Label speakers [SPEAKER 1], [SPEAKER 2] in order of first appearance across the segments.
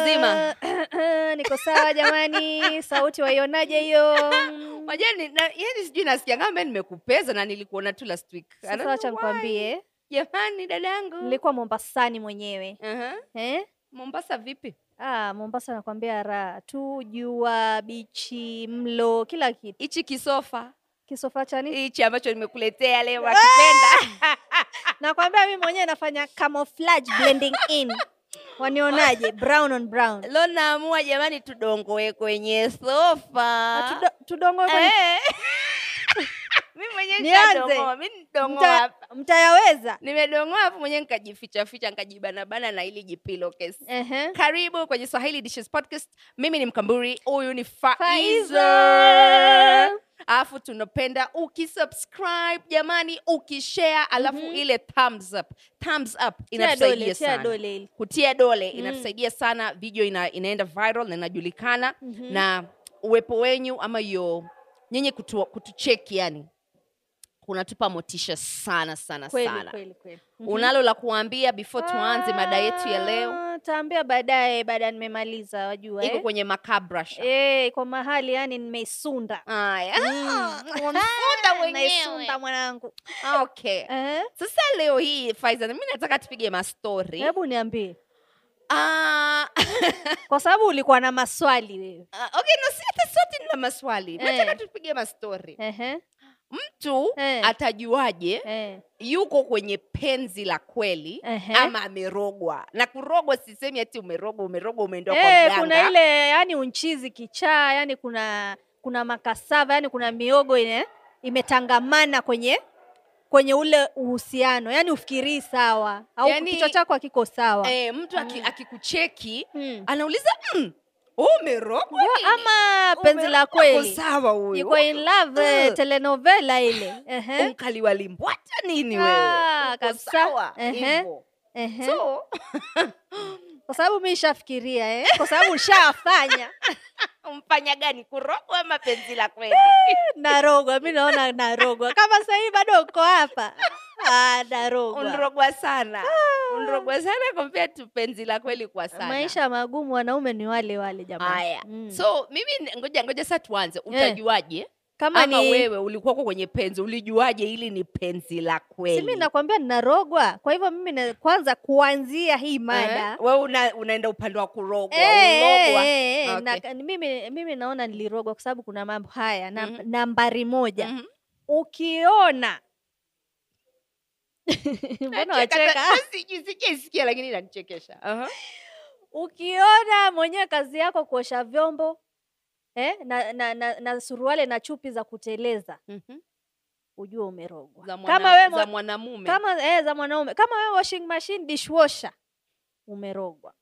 [SPEAKER 1] mzima.
[SPEAKER 2] Eh, niko sawa jamani sauti waionaje hiyo Mm,
[SPEAKER 1] Majani, na, yani sijui nasikia kama mimi nimekupeza na nilikuona tu last week. I
[SPEAKER 2] sasa
[SPEAKER 1] don't
[SPEAKER 2] wacha
[SPEAKER 1] know why.
[SPEAKER 2] nikwambie
[SPEAKER 1] Jamani dadangu.
[SPEAKER 2] nilikuwa mombasani mwenyewe
[SPEAKER 1] Aha.
[SPEAKER 2] eh?
[SPEAKER 1] Mombasa vipi?
[SPEAKER 2] ah, mombasa nakwambia raha tu jua bichi mlo kila kitu
[SPEAKER 1] Hichi kisofa
[SPEAKER 2] kisofa Eh! cha nini
[SPEAKER 1] hichi ambacho nimekuletea leo nakipenda. Ah.
[SPEAKER 2] nakwambia mimi mwenyewe nafanya camouflage blending in wanionaje brown on brown
[SPEAKER 1] Leo naamua jamani, tudongoe kwenye sofa.
[SPEAKER 2] Na tudo- tudongo kwenye-
[SPEAKER 1] Ah. Eh. Mimi mwenyewe
[SPEAKER 2] Nianze.
[SPEAKER 1] nishadongoa. Mimi nidongoa
[SPEAKER 2] Mta-
[SPEAKER 1] hapa.
[SPEAKER 2] mtayaweza
[SPEAKER 1] Nimedongoa hapo mwenyewe nikajificha ficha nikajibana bana na ili jipilo kesi.
[SPEAKER 2] Ehe.
[SPEAKER 1] Karibu kwenye Swahili Dishes Podcast. Mimi ni Mkamburi, huyu ni Faiza.
[SPEAKER 2] Faiza.
[SPEAKER 1] Alafu tunapenda ukisubscribe jamani, ukishare, alafu ile thumbs up. Thumbs up
[SPEAKER 2] Mhm. Tia dole,
[SPEAKER 1] inatusaidia
[SPEAKER 2] tia
[SPEAKER 1] sana.
[SPEAKER 2] dole Mm. hili.
[SPEAKER 1] Kutia dole inatusaidia sana, video ina, inaenda viral na inajulikana
[SPEAKER 2] Mhm.
[SPEAKER 1] na uwepo wenyu ama yo nyenye kutu, kutucheki yani kunatupa motisha sana sana
[SPEAKER 2] kweli
[SPEAKER 1] sana.
[SPEAKER 2] kweli kweli Mhm.
[SPEAKER 1] Unalo la kuambia before tuanze mada yetu ya leo?
[SPEAKER 2] Ah, taambia baadaye baada ya nimemaliza wajua
[SPEAKER 1] iko
[SPEAKER 2] eh?
[SPEAKER 1] kwenye makabra sha.
[SPEAKER 2] Eh, iko mahali yani nimeisunda
[SPEAKER 1] Aya. Mm.
[SPEAKER 2] Nimeisunda naisunda mwanangu
[SPEAKER 1] Ah, Okay.
[SPEAKER 2] Eh,
[SPEAKER 1] Sasa leo hii Faiza, mimi nataka tupige mastori.
[SPEAKER 2] hebu niambie
[SPEAKER 1] Ah,
[SPEAKER 2] kwa sababu ulikuwa na maswali wewe
[SPEAKER 1] ah, okay, no, si hata sote na maswali.
[SPEAKER 2] Eh.
[SPEAKER 1] Nataka tupige mastori.
[SPEAKER 2] Ehe,
[SPEAKER 1] Mtu
[SPEAKER 2] Eh.
[SPEAKER 1] atajuaje
[SPEAKER 2] eh.
[SPEAKER 1] yuko kwenye penzi la kweli
[SPEAKER 2] Ehe.
[SPEAKER 1] ama amerogwa? Na kurogwa sisemi ati umerogwa, umerogwa umeenda kwa
[SPEAKER 2] Eh,
[SPEAKER 1] mganga.
[SPEAKER 2] kuna ile yani unchizi kichaa yani kuna kuna makasava yani kuna miogo ine, imetangamana kwenye kwenye ule uhusiano yani ufikirii sawa au
[SPEAKER 1] Yani-
[SPEAKER 2] kichwa chako hakiko sawa
[SPEAKER 1] Yaani
[SPEAKER 2] Mm.
[SPEAKER 1] Eh, mtu aki, akikucheki
[SPEAKER 2] Hmm.
[SPEAKER 1] anauliza mm, wewe umerogwa nini?
[SPEAKER 2] ama penzi la
[SPEAKER 1] Umerogwa uko
[SPEAKER 2] kweli
[SPEAKER 1] Sawa huyu.
[SPEAKER 2] iko in love eh,
[SPEAKER 1] Mm.
[SPEAKER 2] telenovela ile Ehe,
[SPEAKER 1] mkali walimbwata nini
[SPEAKER 2] Ah,
[SPEAKER 1] wewe? Uko
[SPEAKER 2] kabisa.
[SPEAKER 1] sawa
[SPEAKER 2] Ehe.
[SPEAKER 1] hivyo.
[SPEAKER 2] ehe.
[SPEAKER 1] So,
[SPEAKER 2] kwa sababu mi shafikiria eh? kwa sababu shafanya
[SPEAKER 1] umfanya gani kurogwa ama penzi la kweli?
[SPEAKER 2] Eh, narogwa mi naona narogwa kama sahii bado uko hapa ah, narogwa
[SPEAKER 1] Unrogwa sana. Unrogwa sana compared to penzi la kweli kwa sana.
[SPEAKER 2] Ah. maisha magumu wanaume ni wale wale jamani
[SPEAKER 1] Haya.
[SPEAKER 2] Mm.
[SPEAKER 1] So mimi ni- ngoja ngoja sasa tuanze. Utajuaje?
[SPEAKER 2] kama
[SPEAKER 1] Ama
[SPEAKER 2] Eh. ni
[SPEAKER 1] wewe ulikuwa uko kwenye penzi, ulijuaje hili ni penzi la kweli?
[SPEAKER 2] simi nakwambia ninarogwa kwa hivyo mimi na, kwanza kuanzia hii mada
[SPEAKER 1] Eh? Wewe una, unaenda upande wa kurogwa,
[SPEAKER 2] Eh,
[SPEAKER 1] ulogwa.
[SPEAKER 2] eh, eh,
[SPEAKER 1] Okay.
[SPEAKER 2] na- mimi, mimi naona nilirogwa kwa sababu kuna mambo haya na,
[SPEAKER 1] Mhm.
[SPEAKER 2] nambari moja
[SPEAKER 1] Mhm.
[SPEAKER 2] ukiona mbona
[SPEAKER 1] Nacheka ta-
[SPEAKER 2] wacheka Uh-huh.
[SPEAKER 1] sijui- sijaisikia lakini inanichekesha. Aha.
[SPEAKER 2] ukiona mwenyewe kazi yako kuosha vyombo eh, na, na, na, na suruale na chupi za kuteleza
[SPEAKER 1] Mhm.
[SPEAKER 2] ujue umerogwa
[SPEAKER 1] Za mwana-
[SPEAKER 2] kama wewe
[SPEAKER 1] za
[SPEAKER 2] mwa-
[SPEAKER 1] mwanamume.
[SPEAKER 2] kama eh, za mwanaume kama wewe washing machine dishwasher umerogwa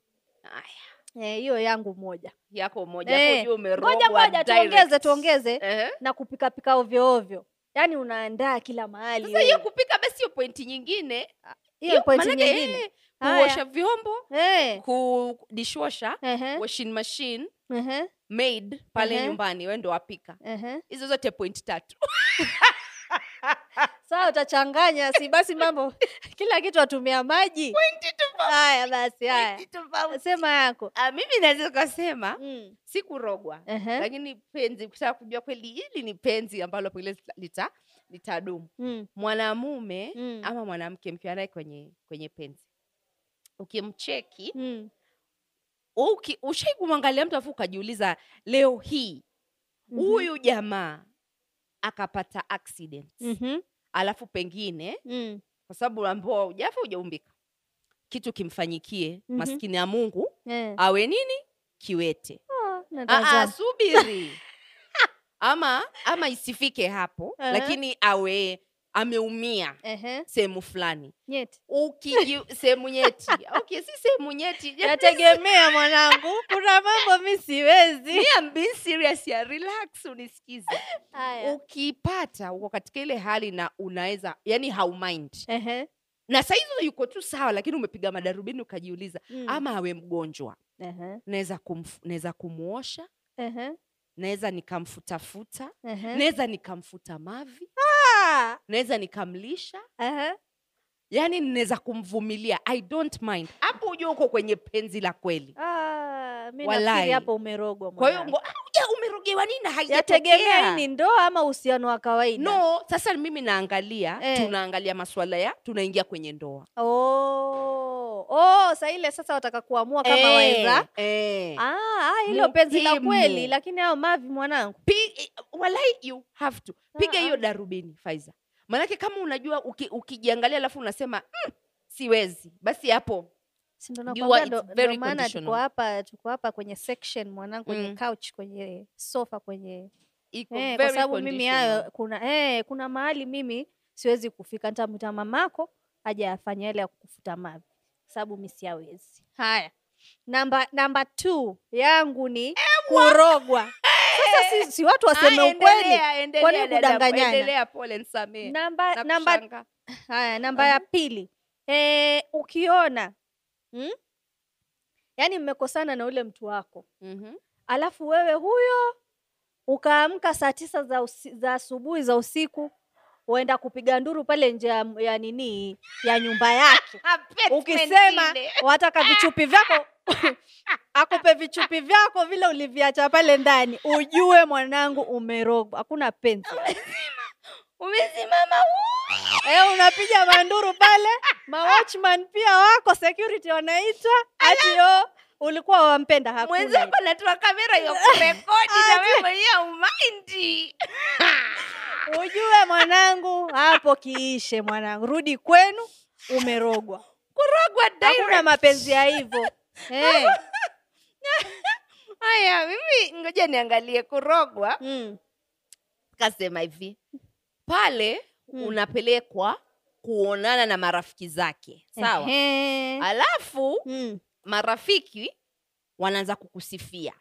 [SPEAKER 1] Aya.
[SPEAKER 2] Eh, hiyo yangu moja
[SPEAKER 1] yako moja
[SPEAKER 2] Eh,
[SPEAKER 1] hapo juu umerogwa
[SPEAKER 2] moja moja
[SPEAKER 1] direct.
[SPEAKER 2] tuongeze tuongeze
[SPEAKER 1] Ehe.
[SPEAKER 2] na kupikapika ovyo ovyo yaani unaandaa kila mahali
[SPEAKER 1] Sasa hiyo
[SPEAKER 2] wewe.
[SPEAKER 1] kupika basi hiyo pointi nyingine
[SPEAKER 2] hiyo point
[SPEAKER 1] maanake,
[SPEAKER 2] nyingine
[SPEAKER 1] eh,
[SPEAKER 2] Haya.
[SPEAKER 1] kuosha vyombo
[SPEAKER 2] Eh,
[SPEAKER 1] ku dishwasher
[SPEAKER 2] ehe,
[SPEAKER 1] washing machine
[SPEAKER 2] ehe,
[SPEAKER 1] maid pale
[SPEAKER 2] Ehe.
[SPEAKER 1] nyumbani wewe ndo wapika
[SPEAKER 2] ehe.
[SPEAKER 1] hizo zote point tatu
[SPEAKER 2] Sawa, utachanganya si basi mambo kila kitu atumia maji. Haya basi, haya sema yako
[SPEAKER 1] Ah, mimi naweza kasema
[SPEAKER 2] mm.
[SPEAKER 1] sikurogwa
[SPEAKER 2] ehe,
[SPEAKER 1] lakini penzi kutaka kujua kweli hili ni penzi ambalo pengine lita- lita litadumu
[SPEAKER 2] mm.
[SPEAKER 1] mwanamume
[SPEAKER 2] Mm.
[SPEAKER 1] ama mwanamke mkiwa naye kwenye kwenye penzi ukimcheki
[SPEAKER 2] mm.
[SPEAKER 1] Uki- ushai kumwangalia mtu afu ukajiuliza leo hii
[SPEAKER 2] mhm,
[SPEAKER 1] huyu jamaa akapata accident
[SPEAKER 2] mhm,
[SPEAKER 1] alafu pengine
[SPEAKER 2] mm.
[SPEAKER 1] kwa sababu ambao ujafa ujaumbika kitu kimfanyikie
[SPEAKER 2] Mhm.
[SPEAKER 1] maskini ya mungu
[SPEAKER 2] Eh.
[SPEAKER 1] awe nini kiwete
[SPEAKER 2] Ah,
[SPEAKER 1] Aa,
[SPEAKER 2] natazama.
[SPEAKER 1] subiri ama ama isifike hapo
[SPEAKER 2] Aha.
[SPEAKER 1] lakini awe ameumia
[SPEAKER 2] Ehe,
[SPEAKER 1] sehemu fulani
[SPEAKER 2] nyeti.
[SPEAKER 1] Ukiji- sehemu nyeti okay, si sehemu nyeti
[SPEAKER 2] Nategemea mwanangu, kuna mambo mi siwezi.
[SPEAKER 1] Me, I'm being serious here. Relax unisikize.
[SPEAKER 2] Haya.
[SPEAKER 1] Ukipata uko katika ile hali na unaweza yani haumind.
[SPEAKER 2] Ehe,
[SPEAKER 1] Na saa hizo yuko tu sawa lakini umepiga madarubini ukajiuliza
[SPEAKER 2] mm.
[SPEAKER 1] ama awe mgonjwa.
[SPEAKER 2] Ehe,
[SPEAKER 1] Naweza kumf- naweza kumuosha,
[SPEAKER 2] ehe,
[SPEAKER 1] naweza nikamfutafuta,
[SPEAKER 2] ehe.
[SPEAKER 1] naweza nikamfuta mavi,
[SPEAKER 2] Ah,
[SPEAKER 1] naweza nikamlisha.
[SPEAKER 2] ehe.
[SPEAKER 1] Yani naweza kumvumilia. I don't mind. Hapo ujue uko kwenye penzi la kweli.
[SPEAKER 2] Ah, mi
[SPEAKER 1] Walai.
[SPEAKER 2] nafikiri hapo umerogwa
[SPEAKER 1] kwa hiyo
[SPEAKER 2] mwanangu.
[SPEAKER 1] ngo, "Ah, ja, umerogewa nini na haijatokea?"
[SPEAKER 2] yategemea hii ni ndoa ama uhusiano wa kawaida
[SPEAKER 1] no sasa mimi naangalia
[SPEAKER 2] Eh.
[SPEAKER 1] tunaangalia maswala ya tunaingia kwenye ndoa
[SPEAKER 2] oh. oh, saa ile sasa wataka kuamua Oh, kama
[SPEAKER 1] Eh,
[SPEAKER 2] waweza
[SPEAKER 1] eh.
[SPEAKER 2] ah, ah, hilo penzi la
[SPEAKER 1] Muhimu.
[SPEAKER 2] kweli lakini hayo mavi mwanangu
[SPEAKER 1] Pi- walai you have to piga
[SPEAKER 2] Ah,
[SPEAKER 1] hiyo
[SPEAKER 2] ah.
[SPEAKER 1] darubini faiza maanake kama unajua uki, ukijiangalia alafu unasema mm, siwezi basi hapo
[SPEAKER 2] Si ndo
[SPEAKER 1] You
[SPEAKER 2] nakwambia
[SPEAKER 1] are-
[SPEAKER 2] ndo-
[SPEAKER 1] it's very
[SPEAKER 2] ndo maana tuko
[SPEAKER 1] conditional.
[SPEAKER 2] hapa tuko hapa kwenye section mwanangu kwenye
[SPEAKER 1] Mm.
[SPEAKER 2] couch kwenye sofa kwenye
[SPEAKER 1] iko
[SPEAKER 2] eh, kwa
[SPEAKER 1] very
[SPEAKER 2] sababu mimi
[SPEAKER 1] conditional. Ah,
[SPEAKER 2] hayo kuna eh, kuna mahali mimi siwezi kufika nitamwita mamako aja afanya yale ya kukufuta mavi sababu mi siawezi haya namba namba t yangu
[SPEAKER 1] Eh,
[SPEAKER 2] ni kurogwa sasa si, si watu waseme
[SPEAKER 1] Ah,
[SPEAKER 2] ukweli
[SPEAKER 1] endelea, endelea,
[SPEAKER 2] Kwani
[SPEAKER 1] dada,
[SPEAKER 2] kudanganyana?
[SPEAKER 1] endelea, pole nisamee
[SPEAKER 2] namba namba
[SPEAKER 1] nakushanga
[SPEAKER 2] Haya, namba ya pili e, ukiona mm? yaani mmekosana na ule mtu wako
[SPEAKER 1] Mhm.
[SPEAKER 2] alafu wewe huyo ukaamka saa tisa za, usi, za asubuhi za usiku uenda kupiga nduru pale nje ya, ya nini ya nyumba yake ukisema wataka vichupi vyako akupe vichupi vyako vile uliviacha pale ndani ujue mwanangu umerogwa hakuna penzi
[SPEAKER 1] umesimama
[SPEAKER 2] Eh, unapiga manduru pale, mawatchman pia wako, security wanaitwa ati yo ulikuwa wampenda hakuna.
[SPEAKER 1] mwenzako anatoa kamera ya kurekodi na wewe mwenyewe umaindi
[SPEAKER 2] Ujue mwanangu, hapo kiishe mwanangu, rudi kwenu, umerogwa.
[SPEAKER 1] kurogwa
[SPEAKER 2] Hakuna
[SPEAKER 1] direct.
[SPEAKER 2] mapenzi ya hivyo eh.
[SPEAKER 1] haya mimi ngoja niangalie kurogwa
[SPEAKER 2] mm.
[SPEAKER 1] kasema hivi pale
[SPEAKER 2] Mm.
[SPEAKER 1] unapelekwa kuonana na marafiki zake sawa
[SPEAKER 2] Ehe.
[SPEAKER 1] alafu
[SPEAKER 2] Mm.
[SPEAKER 1] marafiki wanaanza kukusifia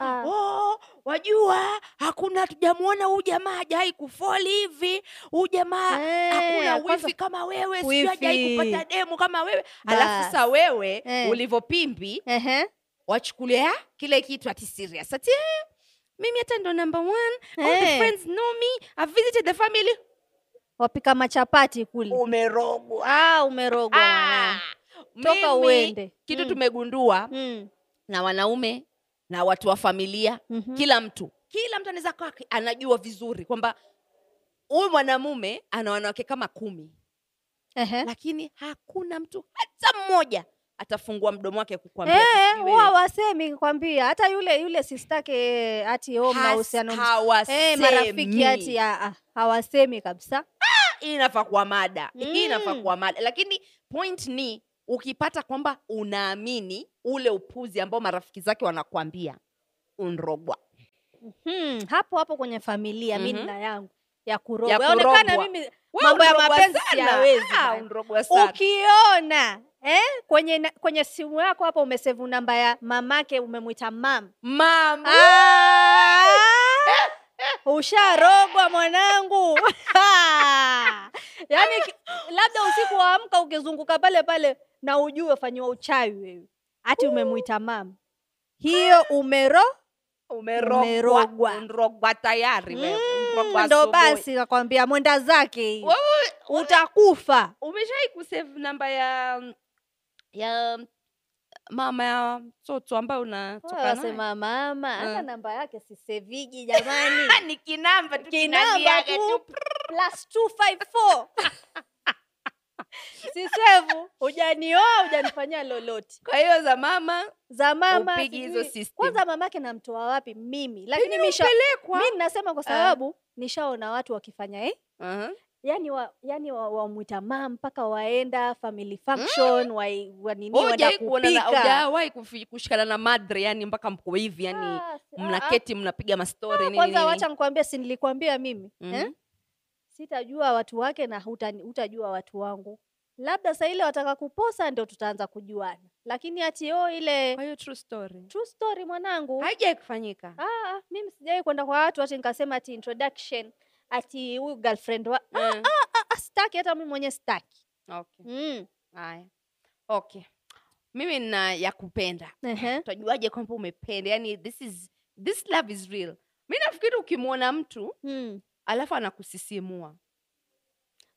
[SPEAKER 2] Ah.
[SPEAKER 1] oh, wajua hakuna hatujamwona huyu jamaa hajawai kufoli hivi huyu jamaa
[SPEAKER 2] Eh,
[SPEAKER 1] Ah, hakuna
[SPEAKER 2] kwanza-
[SPEAKER 1] wifi kama wewe sijui
[SPEAKER 2] Wifi.
[SPEAKER 1] hajawai kupata demu kama wewe alafu
[SPEAKER 2] Bas.
[SPEAKER 1] sasa wewe
[SPEAKER 2] Eh.
[SPEAKER 1] ulivyopimbi
[SPEAKER 2] Ehe.
[SPEAKER 1] wachukulia ah, kile kitu ati serious ati eh, mimi hata ndo number one all the
[SPEAKER 2] Eh.
[SPEAKER 1] friends know me I visited the family
[SPEAKER 2] Wapika machapati kule.
[SPEAKER 1] umerogwa
[SPEAKER 2] Ah, umerogwa
[SPEAKER 1] Oh. Ah,
[SPEAKER 2] mwanangu. Toka
[SPEAKER 1] mimi,
[SPEAKER 2] uende.
[SPEAKER 1] kitu
[SPEAKER 2] Mm.
[SPEAKER 1] tumegundua
[SPEAKER 2] Mm.
[SPEAKER 1] na wanaume na watu wa familia
[SPEAKER 2] Mhm.
[SPEAKER 1] kila mtu kila mtu anaweza kawa anajua vizuri kwamba huyu mwanamume ana wanawake kama kumi
[SPEAKER 2] Ehe.
[SPEAKER 1] lakini hakuna mtu hata mmoja atafungua mdomo wake kukwambia
[SPEAKER 2] Eh,
[SPEAKER 1] sijui
[SPEAKER 2] huwa
[SPEAKER 1] wewe.
[SPEAKER 2] wasemi kwambia hata yule yule sistake eh, ati o
[SPEAKER 1] Has-
[SPEAKER 2] mahusiano mzuri.
[SPEAKER 1] hawasemi.
[SPEAKER 2] eh, marafiki ati ah, ah, hawasemi kabisa
[SPEAKER 1] hii inafaa kuwa mada hii inafaa
[SPEAKER 2] Mm.
[SPEAKER 1] kuwa mada lakini point ni ukipata kwamba unaamini ule upuzi ambao marafiki zake wanakuambia unrogwa
[SPEAKER 2] hmm, hapo hapo kwenye familia mm-hmm. mi
[SPEAKER 1] Mhm.
[SPEAKER 2] nina yangu ya
[SPEAKER 1] Ya
[SPEAKER 2] kurogwa
[SPEAKER 1] kurogwa.
[SPEAKER 2] yaonekana mimi
[SPEAKER 1] Wewe
[SPEAKER 2] mambo ya
[SPEAKER 1] unrogwa
[SPEAKER 2] mapenzi
[SPEAKER 1] sana.
[SPEAKER 2] siyawezi
[SPEAKER 1] Ah,
[SPEAKER 2] bwana.
[SPEAKER 1] unrogwa sana
[SPEAKER 2] ukiona eh, kwenye na- kwenye simu yako hapo umesevu namba ya mamake umemwita mam
[SPEAKER 1] mama
[SPEAKER 2] Ah, usharogwa mwanangu yaani ki- labda usiku waamka ukizunguka pale pale na ujue ufanyiwa uchawi wewe hati umemwita mama hiyo umero Umerogwa.
[SPEAKER 1] umerogwa unrogwa tayari wewe. Unrogwa
[SPEAKER 2] Mm, ndo
[SPEAKER 1] asubuhi.
[SPEAKER 2] basi nakwambia mwenda zake hii
[SPEAKER 1] Wewe
[SPEAKER 2] utakufa
[SPEAKER 1] umeshai kusave namba ya ya mama ya mtoto ambayo unatoka naye?
[SPEAKER 2] wasema mama hata
[SPEAKER 1] Mm.
[SPEAKER 2] namba yake siseviji jamani
[SPEAKER 1] ni kinamba tu
[SPEAKER 2] Ah, kinamba
[SPEAKER 1] kinaliaga tu
[SPEAKER 2] tu plus 254 sisevu hujanioa hujanifanyia lolote
[SPEAKER 1] kwa hiyo za mama
[SPEAKER 2] za mama
[SPEAKER 1] Upigi hizo
[SPEAKER 2] sijui-
[SPEAKER 1] system.
[SPEAKER 2] kwanza mamake namtoa wapi mimi lakini misha
[SPEAKER 1] nimepelekwa
[SPEAKER 2] mi nasema kwa
[SPEAKER 1] Eh.
[SPEAKER 2] sababu nishaona watu wakifanya eh?
[SPEAKER 1] Aha.
[SPEAKER 2] yani wa, yani wa, wamwita mam mpaka waenda family function mm. wai, wanini
[SPEAKER 1] Wewe
[SPEAKER 2] waenda
[SPEAKER 1] hujawahi kuona na-
[SPEAKER 2] kupika
[SPEAKER 1] hujawahi kufi- kushikana na madre yani mpaka mko hivi yani
[SPEAKER 2] Ah, si- ah,
[SPEAKER 1] mnaketi mnapiga mastori
[SPEAKER 2] ah,
[SPEAKER 1] nini,
[SPEAKER 2] kwanza
[SPEAKER 1] nini.
[SPEAKER 2] wacha nikwambie si nilikwambia mimi
[SPEAKER 1] Mhm.
[SPEAKER 2] eh? sitajua watu wake na hutani- hutajua watu wangu labda saa ile wataka kuposa ndio tutaanza kujuana lakini ati o ile
[SPEAKER 1] Kwa hiyo true story
[SPEAKER 2] true story mwanangu
[SPEAKER 1] haijawahi kufanyika
[SPEAKER 2] ah, ah, mimi sijawahi kwenda kwa watu ati nikasema ati introduction ati huyu girlfriend wa
[SPEAKER 1] Eh,
[SPEAKER 2] ah, ah, staki hata mimi mwenyewe staki
[SPEAKER 1] okay.
[SPEAKER 2] mm.
[SPEAKER 1] Haya. okay mimi na ya kupenda
[SPEAKER 2] Ehe.
[SPEAKER 1] utajuaje kwamba umependa yani this is this love is real mi nafikiri ukimwona mtu
[SPEAKER 2] mm.
[SPEAKER 1] alafu anakusisimua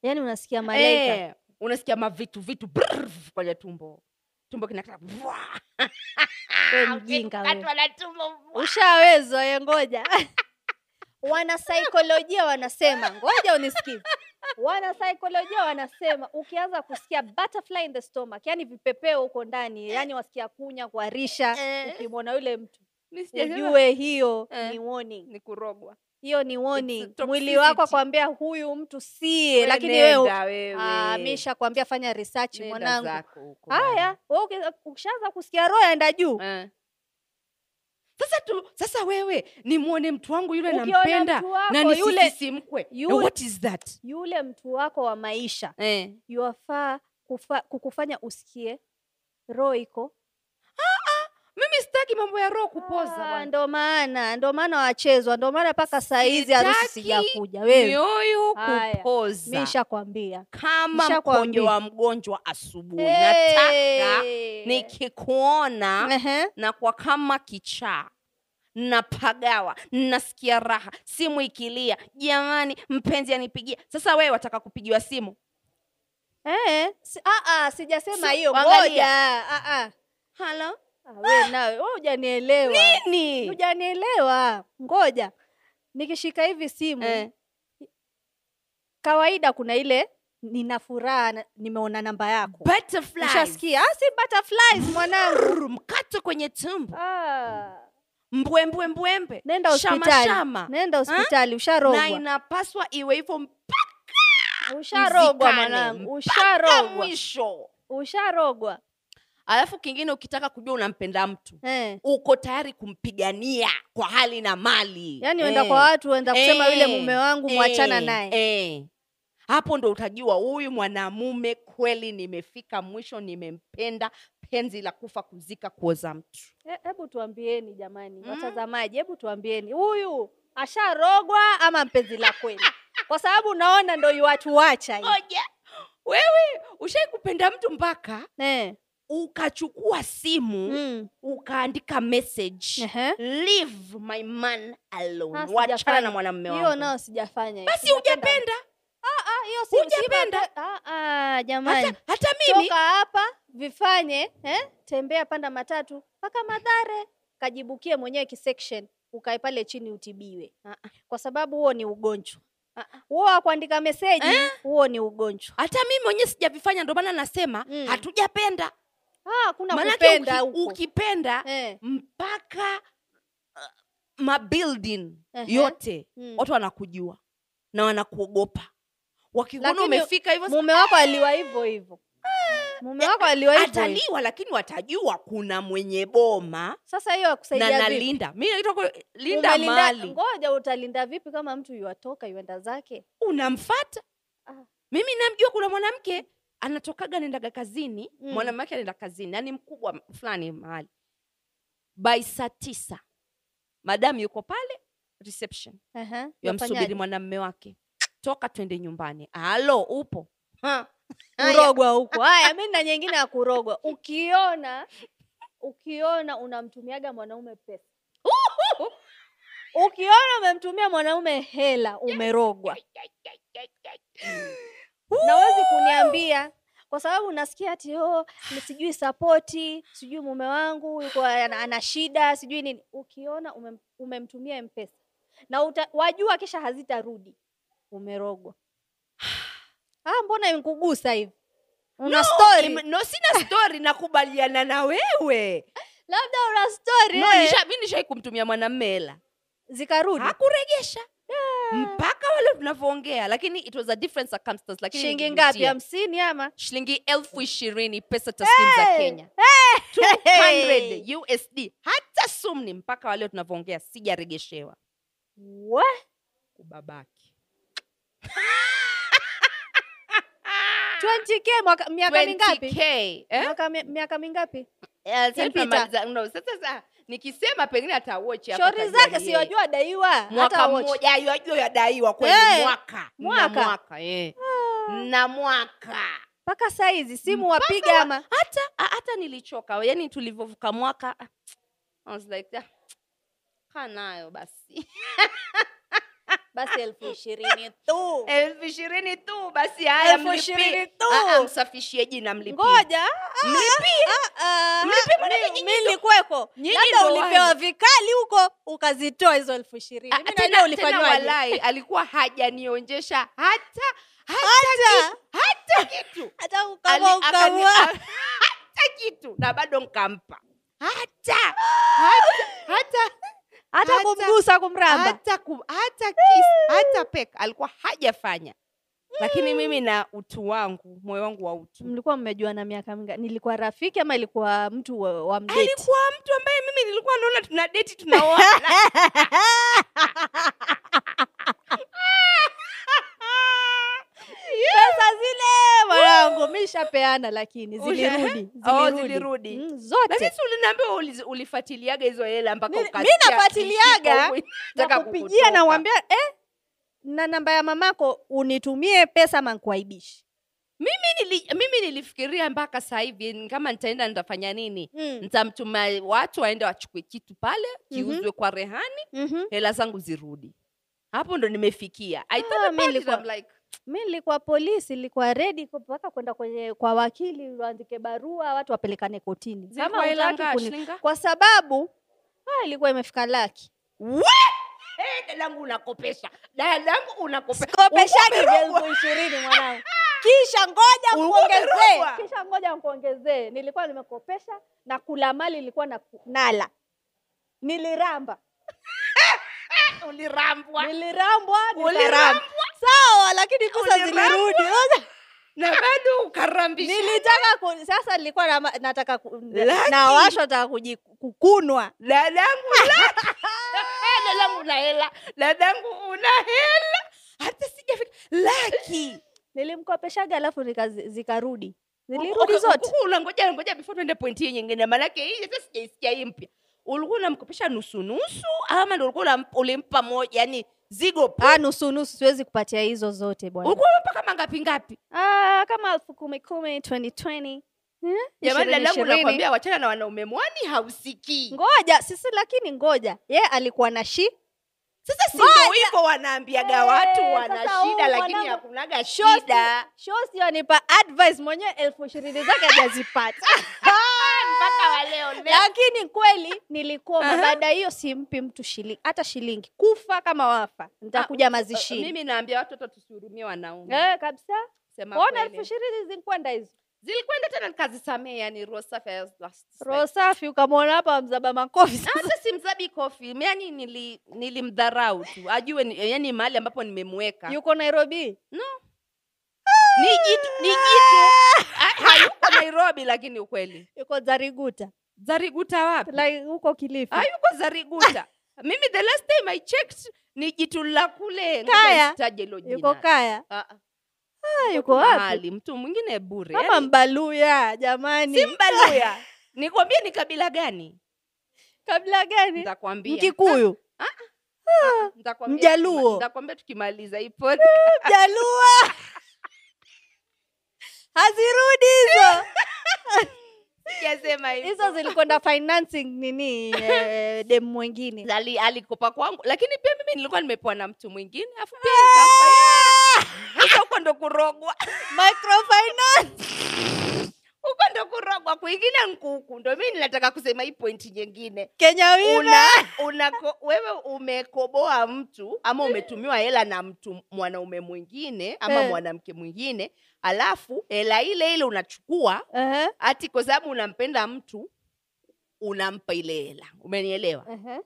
[SPEAKER 2] yaani unasikia malaika
[SPEAKER 1] Eh, unasikia mavitu vitu brrr, kwenye tumbo tumbo kinataka
[SPEAKER 2] We
[SPEAKER 3] Ah,
[SPEAKER 2] mjinga
[SPEAKER 3] ukikata
[SPEAKER 2] we.
[SPEAKER 3] wanatuma mbwa.
[SPEAKER 2] ushawezwa we ngoja wanasaikolojia wanasema ngoja unisikivu wanasaikolojia wanasema ukianza kusikia butterfly in the stomach yani vipepeo huko ndani yani wasikia kunya kuharisha
[SPEAKER 1] Eh.
[SPEAKER 2] ukimwona yule mtu
[SPEAKER 1] Mi sijasema
[SPEAKER 2] ujue hiyo
[SPEAKER 1] Eh.
[SPEAKER 2] ni warning
[SPEAKER 1] ni kurogwa
[SPEAKER 2] hiyo ni warning
[SPEAKER 1] It's a
[SPEAKER 2] mwili wako
[SPEAKER 1] toxicity.
[SPEAKER 2] kwambia huyu mtu sie
[SPEAKER 1] We
[SPEAKER 2] Eh, lakini wewe
[SPEAKER 1] nenda wewe.
[SPEAKER 2] ah, misha kwambia fanya research
[SPEAKER 1] Nenda
[SPEAKER 2] mwanangu
[SPEAKER 1] zako huko
[SPEAKER 2] haya wewe uki- ukishaanza kusikia roho yaenda juu
[SPEAKER 1] bwana. Eh. sasa tu, sasa wewe nimwone mtu wangu yule
[SPEAKER 2] Ukiona
[SPEAKER 1] nampenda
[SPEAKER 2] mtu wako
[SPEAKER 1] na
[SPEAKER 2] yule-
[SPEAKER 1] nisisisimkwe
[SPEAKER 2] yule-
[SPEAKER 1] what is that
[SPEAKER 2] yule mtu wako wa maisha
[SPEAKER 1] eh.
[SPEAKER 2] yuwafaa kufa, kukufanya usikie roho iko
[SPEAKER 1] mimi sitaki mambo ya roho kupoza
[SPEAKER 2] Ah,
[SPEAKER 1] bwana.
[SPEAKER 2] ndo maana ndo maana wachezwa ndo maana mpaka saa hizi harusi
[SPEAKER 1] Sitaki
[SPEAKER 2] sijakuja wewe
[SPEAKER 1] mioyo
[SPEAKER 2] Haya.
[SPEAKER 1] kupoza
[SPEAKER 2] mishakwambia
[SPEAKER 1] kama
[SPEAKER 2] nishakwambia.
[SPEAKER 1] mkojo wa mgonjwa asubuhi nataka
[SPEAKER 2] Hey.
[SPEAKER 1] nikikuona
[SPEAKER 2] Eh. Ehe.
[SPEAKER 1] na kwa kama kichaa napagawa nasikia raha simu ikilia jamani mpenzi anipigia sasa wewe wataka kupigiwa simu
[SPEAKER 2] Eh, si- ah, ah, sijasema
[SPEAKER 1] Si-
[SPEAKER 2] hiyo
[SPEAKER 1] angalia.
[SPEAKER 2] ngoja ah, ah.
[SPEAKER 1] halo
[SPEAKER 2] Ah, wewe nawe wewe hujanielewa
[SPEAKER 1] nini
[SPEAKER 2] hujanielewa ngoja nikishika hivi simu
[SPEAKER 1] eh,
[SPEAKER 2] kawaida kuna ile nina furaha na- nimeona namba yako
[SPEAKER 1] butterfly
[SPEAKER 2] ushasikia ah, si butterflies mwanangu
[SPEAKER 1] Brr, mkato kwenye tumbo
[SPEAKER 2] ah.
[SPEAKER 1] mbwembwe mbwembe
[SPEAKER 2] nenda
[SPEAKER 1] Shama,
[SPEAKER 2] hospitali
[SPEAKER 1] shama.
[SPEAKER 2] nenda hospitali
[SPEAKER 1] na
[SPEAKER 2] usharogwa
[SPEAKER 1] inapaswa iwe hivyo mpaka
[SPEAKER 2] usharogwa
[SPEAKER 1] mzikane,
[SPEAKER 2] mwanangu usharogwa
[SPEAKER 1] mwisho
[SPEAKER 2] usharogwa
[SPEAKER 1] alafu kingine ukitaka kujua unampenda mtu
[SPEAKER 2] eh.
[SPEAKER 1] uko tayari kumpigania kwa hali na mali
[SPEAKER 2] yaani
[SPEAKER 1] Eh.
[SPEAKER 2] uenda kwa watu uenda kusema
[SPEAKER 1] Eh,
[SPEAKER 2] yule mume wangu mwachana
[SPEAKER 1] eh,
[SPEAKER 2] naye
[SPEAKER 1] eh. hapo ndo utajua huyu mwanamume kweli nimefika mwisho nimempenda penzi la kufa kuzika kuoza mtu
[SPEAKER 2] He- E-, hebu tuambieni jamani
[SPEAKER 1] Mm.
[SPEAKER 2] watazamaji hebu tuambieni huyu asharogwa ama mpenzi la kweli kwa sababu unaona ndo iwatuacha hii.
[SPEAKER 1] oja wewe ushai kupenda mtu mpaka
[SPEAKER 2] eh.
[SPEAKER 1] ukachukua simu
[SPEAKER 2] mm.
[SPEAKER 1] ukaandika message
[SPEAKER 2] Ehe.
[SPEAKER 1] leave my man
[SPEAKER 2] Ah,
[SPEAKER 1] alone
[SPEAKER 2] sijafanya.
[SPEAKER 1] wachana na mwanamume
[SPEAKER 2] hiyo
[SPEAKER 1] wangu
[SPEAKER 2] nao sijafanya hiyo.
[SPEAKER 1] basi
[SPEAKER 2] Sijapenda.
[SPEAKER 1] hujapenda
[SPEAKER 2] Ah, hiyo si- si
[SPEAKER 1] Hujapenda.
[SPEAKER 2] mape- ah, ah, jamani
[SPEAKER 1] hata, hata mimi
[SPEAKER 2] toka hapa vifanye eh? tembea panda matatu mpaka madhare kajibukie mwenyewe kisection ukae pale chini utibiwe
[SPEAKER 1] Ah, ah.
[SPEAKER 2] kwa sababu huo ni ugonjwa
[SPEAKER 1] Ah, Eh?
[SPEAKER 2] huo wa kuandika meseji huo ni ugonjwa
[SPEAKER 1] hata mimi mwenyewe sijavifanya ndio maana nasema
[SPEAKER 2] Mm.
[SPEAKER 1] hatujapenda
[SPEAKER 2] ah, kuna
[SPEAKER 1] maanake
[SPEAKER 2] kupenda
[SPEAKER 1] uki,
[SPEAKER 2] huko
[SPEAKER 1] ukipenda
[SPEAKER 2] eh.
[SPEAKER 1] mpaka uh, mabuilding
[SPEAKER 2] Ehe.
[SPEAKER 1] yote
[SPEAKER 2] mm.
[SPEAKER 1] watu wanakujua na wanakuogopa wakikuona
[SPEAKER 2] Lakini
[SPEAKER 1] umefika hivyo
[SPEAKER 2] mume wako aliwa hivyo hivyo
[SPEAKER 1] Ah.
[SPEAKER 2] mume wako aliwa hivyo hivyo.
[SPEAKER 1] ataliwa lakini watajua kuna mwenye boma
[SPEAKER 2] sasa hiyo
[SPEAKER 1] na
[SPEAKER 2] akusaidia vipi
[SPEAKER 1] nalinda mi naitwa kwa- linda
[SPEAKER 2] Umelinda-
[SPEAKER 1] mali
[SPEAKER 2] ngoja utalinda vipi kama mtu yuwatoka yuenda zake
[SPEAKER 1] unamfata
[SPEAKER 2] Ah.
[SPEAKER 1] mimi namjua kuna mwanamke anatokaga naendaga kazini
[SPEAKER 2] Mm.
[SPEAKER 1] mm. mwanamke anaenda kazini yani mkubwa fulani mahali by saa tisa madamu yuko pale reception
[SPEAKER 2] Aha,
[SPEAKER 1] yamsubiri
[SPEAKER 2] wafanyaje?
[SPEAKER 1] mwanamme wake toka twende nyumbani halo upo Ha. Uro-
[SPEAKER 2] kurogwa huko haya mi na nyingine ya kurogwa ukiona ukiona unamtumiaga mwanaume pesa ukiona umemtumia mwanaume hela umerogwa nawezi kuniambia kwa sababu nasikia ati oh, ni sijui sapoti sijui mume wangu yuko ana, ana shida sijui nini ukiona umem, umemtumia mpesa na uta, wajua kisha hazitarudi umerogwa ah, mbona imkugusa hivi una
[SPEAKER 1] No,
[SPEAKER 2] story
[SPEAKER 1] im- no sina story nakubaliana na wewe
[SPEAKER 2] labda una story
[SPEAKER 1] no,
[SPEAKER 2] eh.
[SPEAKER 1] nisha, mi nishai kumtumia mwanamme hela
[SPEAKER 2] zikarudi
[SPEAKER 1] hakuregesha mpaka wale tunavyoongea lakini it was a different circumstance lakini
[SPEAKER 2] shilingi
[SPEAKER 1] nilijutia.
[SPEAKER 2] ngapi hamsini ama
[SPEAKER 1] shilingi elfu ishirini pesa taslimu za kenya 200 usd hata sumni mpaka waleo tunavyoongea sijaregeshewa
[SPEAKER 2] We,
[SPEAKER 1] kubabaki
[SPEAKER 2] 20k mwaka- miaka mingapi
[SPEAKER 1] 20K, eh?
[SPEAKER 2] Mwaka mi- miaka mingapi
[SPEAKER 1] Eh, sasa
[SPEAKER 2] Mpita.
[SPEAKER 1] tunamaliza- no, sasa sa- nikisema pengine atawatch hapa
[SPEAKER 2] shori
[SPEAKER 1] kajani
[SPEAKER 2] zake
[SPEAKER 1] yeye.
[SPEAKER 2] siwajua daiwa
[SPEAKER 1] mwaka
[SPEAKER 2] hata watch.
[SPEAKER 1] mmoja hiyo hiyo yadaiwa kweli
[SPEAKER 2] Eh,
[SPEAKER 1] mwaka na
[SPEAKER 2] mwaka. Ah.
[SPEAKER 1] mwaka eh. na mwaka
[SPEAKER 2] mpaka saizi simu wapiga ama
[SPEAKER 1] hata a- Ah, hata nilichoka yani tulivyovuka mwaka ah, I was like ah, kaa nayo basi
[SPEAKER 2] basi elfu ishirini tu
[SPEAKER 1] elfu ishirini tu basi haya
[SPEAKER 2] Elfu
[SPEAKER 1] mlipie.
[SPEAKER 2] ishirini tu.
[SPEAKER 1] Ah, ah, msafishie jina mlipie.
[SPEAKER 2] ngoja Ah,
[SPEAKER 1] Mlipie. Mlipie, maanake nyinyi
[SPEAKER 2] mi
[SPEAKER 1] ndo-
[SPEAKER 2] likuweko
[SPEAKER 1] nyinyi
[SPEAKER 2] labda
[SPEAKER 1] ndo
[SPEAKER 2] ulipewa
[SPEAKER 1] wale.
[SPEAKER 2] vikali huko ukazitoa hizo elfu ishirini
[SPEAKER 1] Ah,
[SPEAKER 2] Mi najua
[SPEAKER 1] tena, tena
[SPEAKER 2] ulifanywaje.
[SPEAKER 1] walai alikuwa hajanionjesha hata
[SPEAKER 2] Hata-
[SPEAKER 1] hata, ki- hata kitu
[SPEAKER 2] hata
[SPEAKER 1] Ali-
[SPEAKER 2] ukawa
[SPEAKER 1] akani-
[SPEAKER 2] ukawa
[SPEAKER 1] a- hata kitu na bado nkampa hata hata hata
[SPEAKER 2] hata
[SPEAKER 1] hata-
[SPEAKER 2] kumgusa kumramba
[SPEAKER 1] hata, ku, hata kiss hata pek alikuwa hajafanya lakini mimi na utu wangu moyo wangu wa utu
[SPEAKER 2] mlikuwa mmejua na miaka mingapi nilikuwa rafiki ama ilikuwa mtu wa, wa mdate?
[SPEAKER 1] alikuwa mtu ambaye mimi nilikuwa naona tuna deti tunaoana
[SPEAKER 2] pesa zile mwanangu mishapeana lakini
[SPEAKER 1] Usha-
[SPEAKER 2] zilirudi
[SPEAKER 1] Oh,
[SPEAKER 2] zilirudi,
[SPEAKER 1] zilirudi.
[SPEAKER 2] Mm, zote
[SPEAKER 1] lakini si uliniambia uliz- ulifuatiliaga hizo hela mpaka
[SPEAKER 2] Mimi-
[SPEAKER 1] ukasikia
[SPEAKER 2] mimi nafuatiliaga
[SPEAKER 1] kichiko huko inataka
[SPEAKER 2] nakupigia
[SPEAKER 1] kukutoka.
[SPEAKER 2] nawambia eh, na namba ya mamako unitumie pesa ama nkuaibishi
[SPEAKER 1] mimi, nili, mimi nilifikiria mpaka saa hivi ni kama nitaenda nitafanya nini nitamtuma watu waende wachukue kitu pale
[SPEAKER 2] Mhm.
[SPEAKER 1] kiuzwe kwa rehani
[SPEAKER 2] Mhm.
[SPEAKER 1] hela zangu zirudi hapo ndo nimefikia I thought
[SPEAKER 2] Ah,
[SPEAKER 1] about
[SPEAKER 2] mimi
[SPEAKER 1] it,
[SPEAKER 2] nilikuwa-
[SPEAKER 1] I'm like,
[SPEAKER 2] mi nilikuwa polisi nilikuwa redi mpaka kwenda kwenye kwa wakili waandike barua watu wapelekane kotini
[SPEAKER 1] zilikuwa hela
[SPEAKER 2] hutaki
[SPEAKER 1] ngapi?
[SPEAKER 2] kuni-
[SPEAKER 1] Shilingi ngapi?
[SPEAKER 2] kwa sababu ah, ilikuwa imefika laki
[SPEAKER 1] We! Eh, dada yangu unakopesha dada yangu unakopesha
[SPEAKER 2] kopeshagi elfu ishirini mwanangu kisha ngoja
[SPEAKER 1] Ulikuwa umerogwa.
[SPEAKER 2] nikuongezee kisha ngoja nikuongezee nilikuwa nimekopesha na kula mali ilikuwa na ku- nala niliramba
[SPEAKER 1] ulirambwa
[SPEAKER 2] nilirambwa nikaramba
[SPEAKER 1] Ulirambwa.
[SPEAKER 2] sawa lakini pesa
[SPEAKER 1] Ulirambwa.
[SPEAKER 2] zilirudi Sasa
[SPEAKER 1] na bado ukarambisha
[SPEAKER 2] nilitaka ku, sasa nilikuwa na, nataka ku,
[SPEAKER 1] Laki.
[SPEAKER 2] na washo nataka kuji- kukunwa
[SPEAKER 1] dadangu la- Eh, dadangu una hela dadangu una hela hata sijafika laki
[SPEAKER 2] nilimkopeshaga alafu nikazi- zikarudi zilirudi
[SPEAKER 1] Uka-
[SPEAKER 2] zote
[SPEAKER 1] uka- unangoja ngoja before tuende pointi hii nyingine maanake hii hata sijaisikia hii mpya ulikuwa unamkopesha nusu nusu ama ndo ulikuwa unam- ulimpa moja yani zigo pu-
[SPEAKER 2] Ah, nusu nusu siwezi kupatia hizo zote bwana
[SPEAKER 1] ulikuwa unampa kama ngapi ngapi
[SPEAKER 2] Ah, kama elfu kumi kumi 2020. Eh,
[SPEAKER 1] jamani
[SPEAKER 2] ishirini,
[SPEAKER 1] dadangu
[SPEAKER 2] ishirini.
[SPEAKER 1] nakwambia wachana na wanaume mwani hausikii
[SPEAKER 2] ngoja sisi lakini ngoja ye alikuwa na shi
[SPEAKER 1] sasa si ndo hivyo wanaambiaga
[SPEAKER 2] Eh,
[SPEAKER 1] watu
[SPEAKER 2] sasa
[SPEAKER 1] wana
[SPEAKER 2] huyu
[SPEAKER 1] shida lakini
[SPEAKER 2] mwanangu-
[SPEAKER 1] hakunaga
[SPEAKER 2] shosi-
[SPEAKER 1] shida
[SPEAKER 2] shosi anipa advice mwenyewe elfu ishirini zake hajazipata
[SPEAKER 1] eh, mpaka waleo
[SPEAKER 2] lakini kweli nilikoma
[SPEAKER 1] Aha.
[SPEAKER 2] baada ya hiyo simpi mtu shilingi hata shilingi kufa kama wafa nitakuja mazishini
[SPEAKER 1] Ah, mimi naambia watu hata tusihurumie wanaume
[SPEAKER 2] eh, kabisa
[SPEAKER 1] Sema
[SPEAKER 2] ona
[SPEAKER 1] kweli.
[SPEAKER 2] elfu ishirini zinkwenda hizo
[SPEAKER 1] zilikwenda tena nikazisamee yani roho safi ya last strike.
[SPEAKER 2] roho safi ukamwona hapa mzaba makofi sasa.
[SPEAKER 1] hata simzabi kofi yani nili nilimdharau tu ajue ni, yani mahali ambapo nimemweka
[SPEAKER 2] yuko nairobi
[SPEAKER 1] ni jitu ni jitu Ha- hayuko nairobi lakini ukweli
[SPEAKER 2] yuko zariguta
[SPEAKER 1] zariguta wapi
[SPEAKER 2] like huko kilifi
[SPEAKER 1] hayuko zariguta mimi the last time i checked ni jitu la kule
[SPEAKER 2] Kaya.
[SPEAKER 1] taje hilo jina
[SPEAKER 2] yuko kaya
[SPEAKER 1] Ah, ah,
[SPEAKER 2] Ah, yuko
[SPEAKER 1] kuna
[SPEAKER 2] wapi
[SPEAKER 1] mahali, mtu mwingine bure Yaani,
[SPEAKER 2] kama
[SPEAKER 1] yani,
[SPEAKER 2] mbaluya jamani
[SPEAKER 1] si mbaluya nikwambie ni kabila gani
[SPEAKER 2] kabila gani
[SPEAKER 1] nitakwambia
[SPEAKER 2] mkikuyu
[SPEAKER 1] Ah, nitakwambia
[SPEAKER 2] Mjaluo.
[SPEAKER 1] tukima- nitakwambia tukimaliza hii pod
[SPEAKER 2] Ah, mjalua hazirudi hizo
[SPEAKER 1] sijasema hivyo.
[SPEAKER 2] hizo zilikwenda financing nini eh, dem mwingine
[SPEAKER 1] Ali- alikopa kwangu lakini pia mimi nilikuwa nimepewa na mtu mwingine afu pia
[SPEAKER 2] Ah!
[SPEAKER 1] nikampa yeye. Sasa huko ndo kurogwa
[SPEAKER 2] microfinance
[SPEAKER 1] huko ndo kurogwa kwingine nkuku ndo mimi ninataka kusema hii pointi nyingine
[SPEAKER 2] kenya
[SPEAKER 1] una,
[SPEAKER 2] wina
[SPEAKER 1] unako, wewe umekoboa mtu ama umetumiwa hela na mtu mwanaume mwingine ama
[SPEAKER 2] Eh.
[SPEAKER 1] mwanamke mwingine alafu hela ile ile unachukua
[SPEAKER 2] Ehe,
[SPEAKER 1] hati kwa sababu unampenda mtu unampa ile hela umenielewa
[SPEAKER 2] ehe.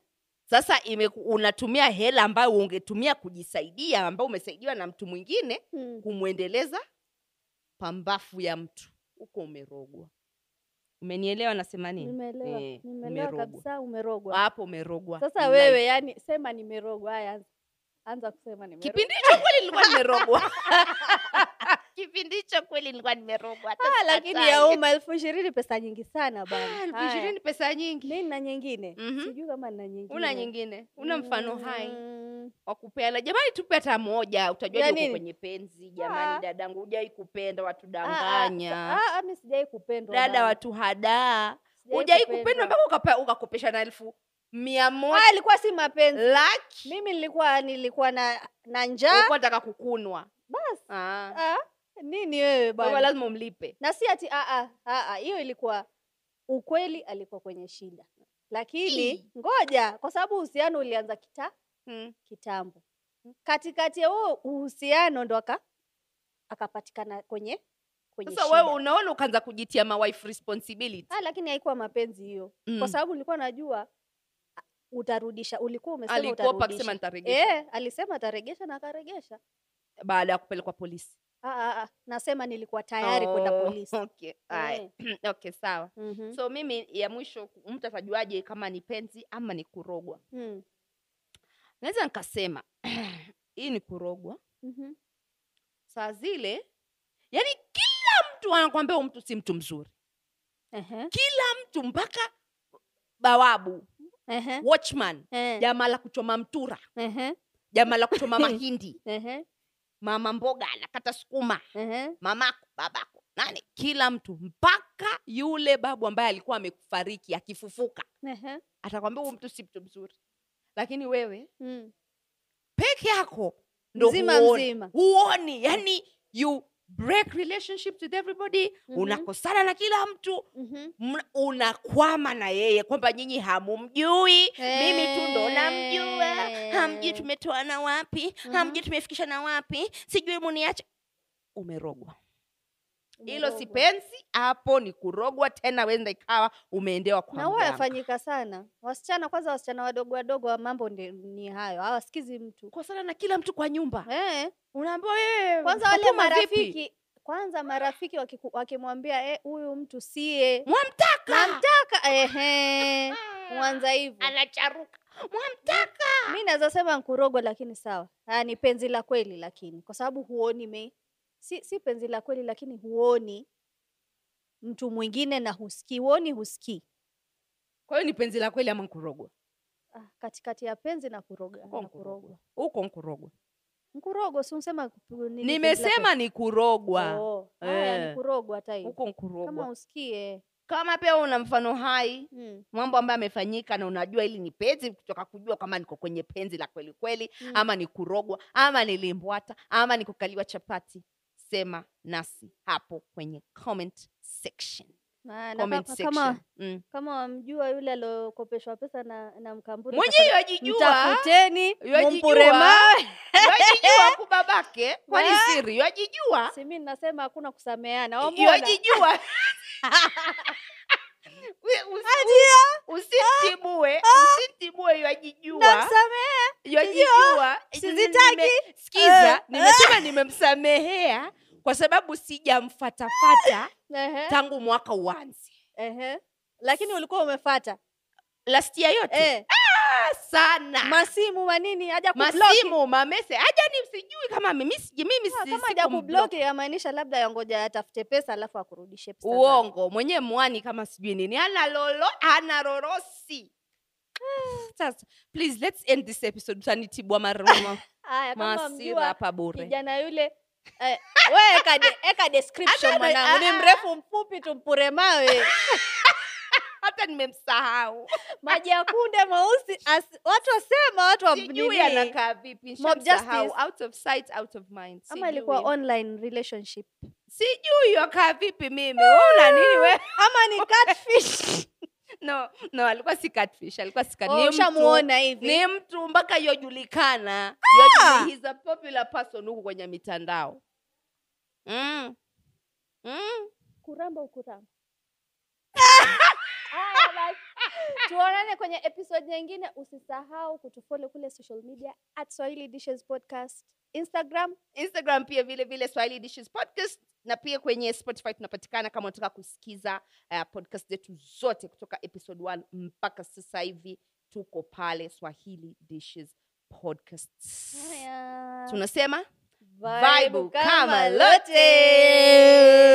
[SPEAKER 1] sasa imeku, unatumia hela ambayo ungetumia kujisaidia ambayo umesaidiwa na mtu mwingine
[SPEAKER 2] Hmm.
[SPEAKER 1] kumwendeleza pambafu ya mtu huko umerogwa umenielewa nasema nini
[SPEAKER 2] Nimeelewa,
[SPEAKER 1] Eh,
[SPEAKER 2] nimeelewa
[SPEAKER 1] umerogwa.
[SPEAKER 2] kabisa umerogwa
[SPEAKER 1] hapo umerogwa
[SPEAKER 2] sasa
[SPEAKER 1] Like.
[SPEAKER 2] wewe yani sema nimerogwa haya anza- anza kusema nimerogwa
[SPEAKER 1] kipindi hicho kweli nilikuwa nimerogwa kipindi hicho kweli nilikuwa nimerogwa hata
[SPEAKER 2] Ah, lakini
[SPEAKER 1] sikatai.
[SPEAKER 2] ya umma elfu ishirini pesa nyingi sana
[SPEAKER 1] Ah, elfu
[SPEAKER 2] bwana
[SPEAKER 1] ishirini pesa nyingi
[SPEAKER 2] mi na nyingine
[SPEAKER 1] Mhm.
[SPEAKER 2] sijui kama na nyingine
[SPEAKER 1] una nyingine una mfano hai
[SPEAKER 2] Mm.
[SPEAKER 1] wa kupeana jamani tupe hata moja
[SPEAKER 2] Ya
[SPEAKER 1] utajua uko
[SPEAKER 2] nini?
[SPEAKER 1] kwenye penzi
[SPEAKER 2] Ah.
[SPEAKER 1] jamani dadangu hujai kupenda
[SPEAKER 2] Ah, ah,
[SPEAKER 1] watudanganya
[SPEAKER 2] ah, ah, mi sijai kupendwa
[SPEAKER 1] dada
[SPEAKER 2] bana.
[SPEAKER 1] watu hadaa
[SPEAKER 2] Sijai
[SPEAKER 1] hujai
[SPEAKER 2] kupendwa.
[SPEAKER 1] kupendwa mpaka ukape- ukakopesha na elfu mia moja
[SPEAKER 2] haya ilikuwa si mapenzi
[SPEAKER 1] laki
[SPEAKER 2] mimi nilikuwa nilikuwa na na njaa
[SPEAKER 1] ulikuwa nataka kukunwa
[SPEAKER 2] basi
[SPEAKER 1] Ah.
[SPEAKER 2] ah, nini wewe
[SPEAKER 1] Kwa hivyo
[SPEAKER 2] bwana
[SPEAKER 1] lazima umlipe
[SPEAKER 2] na si ati ah, ah, ah, ah, hiyo ilikuwa ukweli alikuwa kwenye shida
[SPEAKER 1] Hmm.
[SPEAKER 2] lakini ngoja kwa sababu uhusiano ulianza kita
[SPEAKER 1] Mm.
[SPEAKER 2] kitambo katikati ya huo uhusiano ndo aka akapatikana kwenye kwenye
[SPEAKER 1] sasa
[SPEAKER 2] shida.
[SPEAKER 1] wewe unaona ukaanza kujitia mawife responsibility
[SPEAKER 2] ah, lakini haikuwa mapenzi hiyo
[SPEAKER 1] Mm.
[SPEAKER 2] kwa sababu nilikuwa najua ah, utarudisha ulikuwa umesema
[SPEAKER 1] alikuopa
[SPEAKER 2] utarudisha.
[SPEAKER 1] akisema nitaregesha
[SPEAKER 2] Eh, alisema ataregesha na akaregesha
[SPEAKER 1] baada ya kupelekwa polisi
[SPEAKER 2] ah, ah, ah. nasema nilikuwa tayari kwenda
[SPEAKER 1] Oh,
[SPEAKER 2] polisi Eh.
[SPEAKER 1] okay. Aya. Mm, okay sawa
[SPEAKER 2] Mhm.
[SPEAKER 1] so mimi ya mwisho mtu atajuaje kama ni penzi ama ni kurogwa
[SPEAKER 2] Mm.
[SPEAKER 1] naweza nikasema hii ni kurogwa
[SPEAKER 2] Mhm.
[SPEAKER 1] saa zile yani kila mtu anakwambia huyu mtu si mtu mzuri
[SPEAKER 2] Ehe.
[SPEAKER 1] mtu mpaka bawabu
[SPEAKER 2] Ehe.
[SPEAKER 1] watchman
[SPEAKER 2] Eh.
[SPEAKER 1] jamaa la kuchoma mtura
[SPEAKER 2] Ehe.
[SPEAKER 1] jamaa la kuchoma mahindi
[SPEAKER 2] Ehe.
[SPEAKER 1] mama mboga anakata sukuma
[SPEAKER 2] Ehe.
[SPEAKER 1] mamako babako nani kila mtu mpaka yule babu ambaye alikuwa amekufariki akifufuka
[SPEAKER 2] Ehe.
[SPEAKER 1] atakwambia huyu mtu si mtu mzuri lakini wewe
[SPEAKER 2] Mm.
[SPEAKER 1] peke yako ndo
[SPEAKER 2] Mzima,
[SPEAKER 1] huoni.
[SPEAKER 2] mzima.
[SPEAKER 1] huoni yani you break relationship with everybody
[SPEAKER 2] Mhm.
[SPEAKER 1] unakosana na kila mtu
[SPEAKER 2] Mhm.
[SPEAKER 1] mna- unakwama na yeye kwamba nyinyi hamumjui mimi tu ndo namjua hamjui
[SPEAKER 2] Eh.
[SPEAKER 1] tumetoana wapi hamjui tumefikishana wapi sijui muniache umerogwa hilo si
[SPEAKER 2] Umerogwa.
[SPEAKER 1] penzi hapo ni kurogwa tena wenda ikawa umeendewa kwa
[SPEAKER 2] na huwa
[SPEAKER 1] mganga.
[SPEAKER 2] yafanyika sana wasichana kwanza wasichana wadogo wadogo wa mambo ndi, ni hayo hawasikizi mtu
[SPEAKER 1] kukosana na kila mtu kwa nyumba
[SPEAKER 2] eh,
[SPEAKER 1] unaambiwa wewe
[SPEAKER 2] kwanza wale
[SPEAKER 1] Fatuma, vipi?
[SPEAKER 2] marafiki kwanza marafiki wakiku- wakimwambia "Eh, huyu mtu sie
[SPEAKER 1] Mwamtaka!
[SPEAKER 2] namtaka ehe mwanza hivyo
[SPEAKER 1] anacharuka mwamtaka
[SPEAKER 2] mi naweza sema nkurogwa lakini sawa ah, ni penzi la kweli lakini kwa sababu huoni me si, si penzi la kweli lakini huoni mtu mwingine na husikii huoni husikii
[SPEAKER 1] kwa hiyo ni penzi la kweli ama nkurogwa
[SPEAKER 2] ah, katikati ya penzi na kuroga
[SPEAKER 1] Huko
[SPEAKER 2] na kurogwa
[SPEAKER 1] nkurogwa huko nkurogwa
[SPEAKER 2] nkurogo si unsema ku- ku- nini penzi la
[SPEAKER 1] nimesema ni
[SPEAKER 2] kweli?
[SPEAKER 1] kurogwa
[SPEAKER 2] Oo, haya,
[SPEAKER 1] Eh.
[SPEAKER 2] ni kurogwa hata hiyo
[SPEAKER 1] huko
[SPEAKER 2] kama
[SPEAKER 1] nkurogwa
[SPEAKER 2] usikie
[SPEAKER 1] kama pia una mfano hai
[SPEAKER 2] mm,
[SPEAKER 1] mambo ambayo amefanyika na unajua hili ni penzi kutoka kujua kama niko kwenye penzi la kweli kweli
[SPEAKER 2] mm.
[SPEAKER 1] ama ni kurogwa ama nilimbwata ama ni kukaliwa chapati sema nasi hapo kwenye comment section
[SPEAKER 2] Na- na
[SPEAKER 1] comment
[SPEAKER 2] kama-
[SPEAKER 1] section
[SPEAKER 2] kama
[SPEAKER 1] Mm.
[SPEAKER 2] kama wamjua yule aliokopeshwa pesa na, na mkamburi
[SPEAKER 1] mwenye
[SPEAKER 2] tafadhali
[SPEAKER 1] yajijua
[SPEAKER 2] mtafuteni
[SPEAKER 1] Yajijua.
[SPEAKER 2] mumpure mawe
[SPEAKER 1] yajijua kubabake kwani
[SPEAKER 2] Eh.
[SPEAKER 1] siri yajijua
[SPEAKER 2] si mi nasema hakuna kusameana Wamuona?
[SPEAKER 1] yajijua usimtibue
[SPEAKER 2] Ah.
[SPEAKER 1] usimtibue yajijua
[SPEAKER 2] namsamehe
[SPEAKER 1] yajijua
[SPEAKER 2] sizitaki.
[SPEAKER 1] Nime- sikiza
[SPEAKER 2] Eh.
[SPEAKER 1] nimesema nimemsamehea kwa sababu sijamfatafata
[SPEAKER 2] Ehe,
[SPEAKER 1] tangu mwaka uanze
[SPEAKER 2] ehe. lakini ulikuwa umefata
[SPEAKER 1] lastia yote
[SPEAKER 2] eh,
[SPEAKER 1] Ah, sana
[SPEAKER 2] masimu manini haja kubloki
[SPEAKER 1] masimu mamese haja ni sijui kama mimi siji- mimi
[SPEAKER 2] Ah,
[SPEAKER 1] si-
[SPEAKER 2] kama
[SPEAKER 1] siku
[SPEAKER 2] haja
[SPEAKER 1] mblock.
[SPEAKER 2] kubloki yamaanisha labda yangoja atafute pesa alafu akurudishe pesa zako.
[SPEAKER 1] uongo mwenyewe mwani kama sijui nini ana lolo ana rorosi
[SPEAKER 2] Eh.
[SPEAKER 1] sasa please let's end this episode utanitibwa maruma
[SPEAKER 2] haya kama
[SPEAKER 1] masira
[SPEAKER 2] wamjua
[SPEAKER 1] hapa bure
[SPEAKER 2] kijana yule eh, we eka de- eka description
[SPEAKER 1] Hata-
[SPEAKER 2] mwanangu ni
[SPEAKER 1] ah, ah.
[SPEAKER 2] mrefu mfupi tumpure mawe
[SPEAKER 1] hata nimemsahau
[SPEAKER 2] maji ya kunde mweusi as- watu wasema watu wa
[SPEAKER 1] sijui
[SPEAKER 2] nini.
[SPEAKER 1] anakaa vipi
[SPEAKER 2] Mob
[SPEAKER 1] nishamsahau.
[SPEAKER 2] justice.
[SPEAKER 1] out of sight out of mind
[SPEAKER 2] ama ilikuwa
[SPEAKER 1] Sijui.
[SPEAKER 2] online relationship
[SPEAKER 1] sijui wakaa vipi mimi Wewe una nini we
[SPEAKER 2] ama ni catfish
[SPEAKER 1] no no alikuwa si catfish alikuwa si cat-
[SPEAKER 2] Oh,
[SPEAKER 1] ni mtu-
[SPEAKER 2] ushamuona hivi
[SPEAKER 1] ni
[SPEAKER 2] Ah!
[SPEAKER 1] mtu mpaka yojulikana Yojuli- he's a popular person huku kwenye mitandao mm. Mm.
[SPEAKER 2] kuramba ukuramba Haya basi. tuonane kwenye episode nyingine usisahau kutufollow kule social media at swahili dishes podcast instagram
[SPEAKER 1] instagram pia vile vile swahili dishes podcast na pia kwenye spotify tunapatikana kama unataka kusikiza uh, podcast zetu zote kutoka episode 1 mpaka sasa hivi tuko pale swahili dishes podcast
[SPEAKER 2] Haya.
[SPEAKER 1] tunasema
[SPEAKER 2] Vibe
[SPEAKER 1] vibe kama lote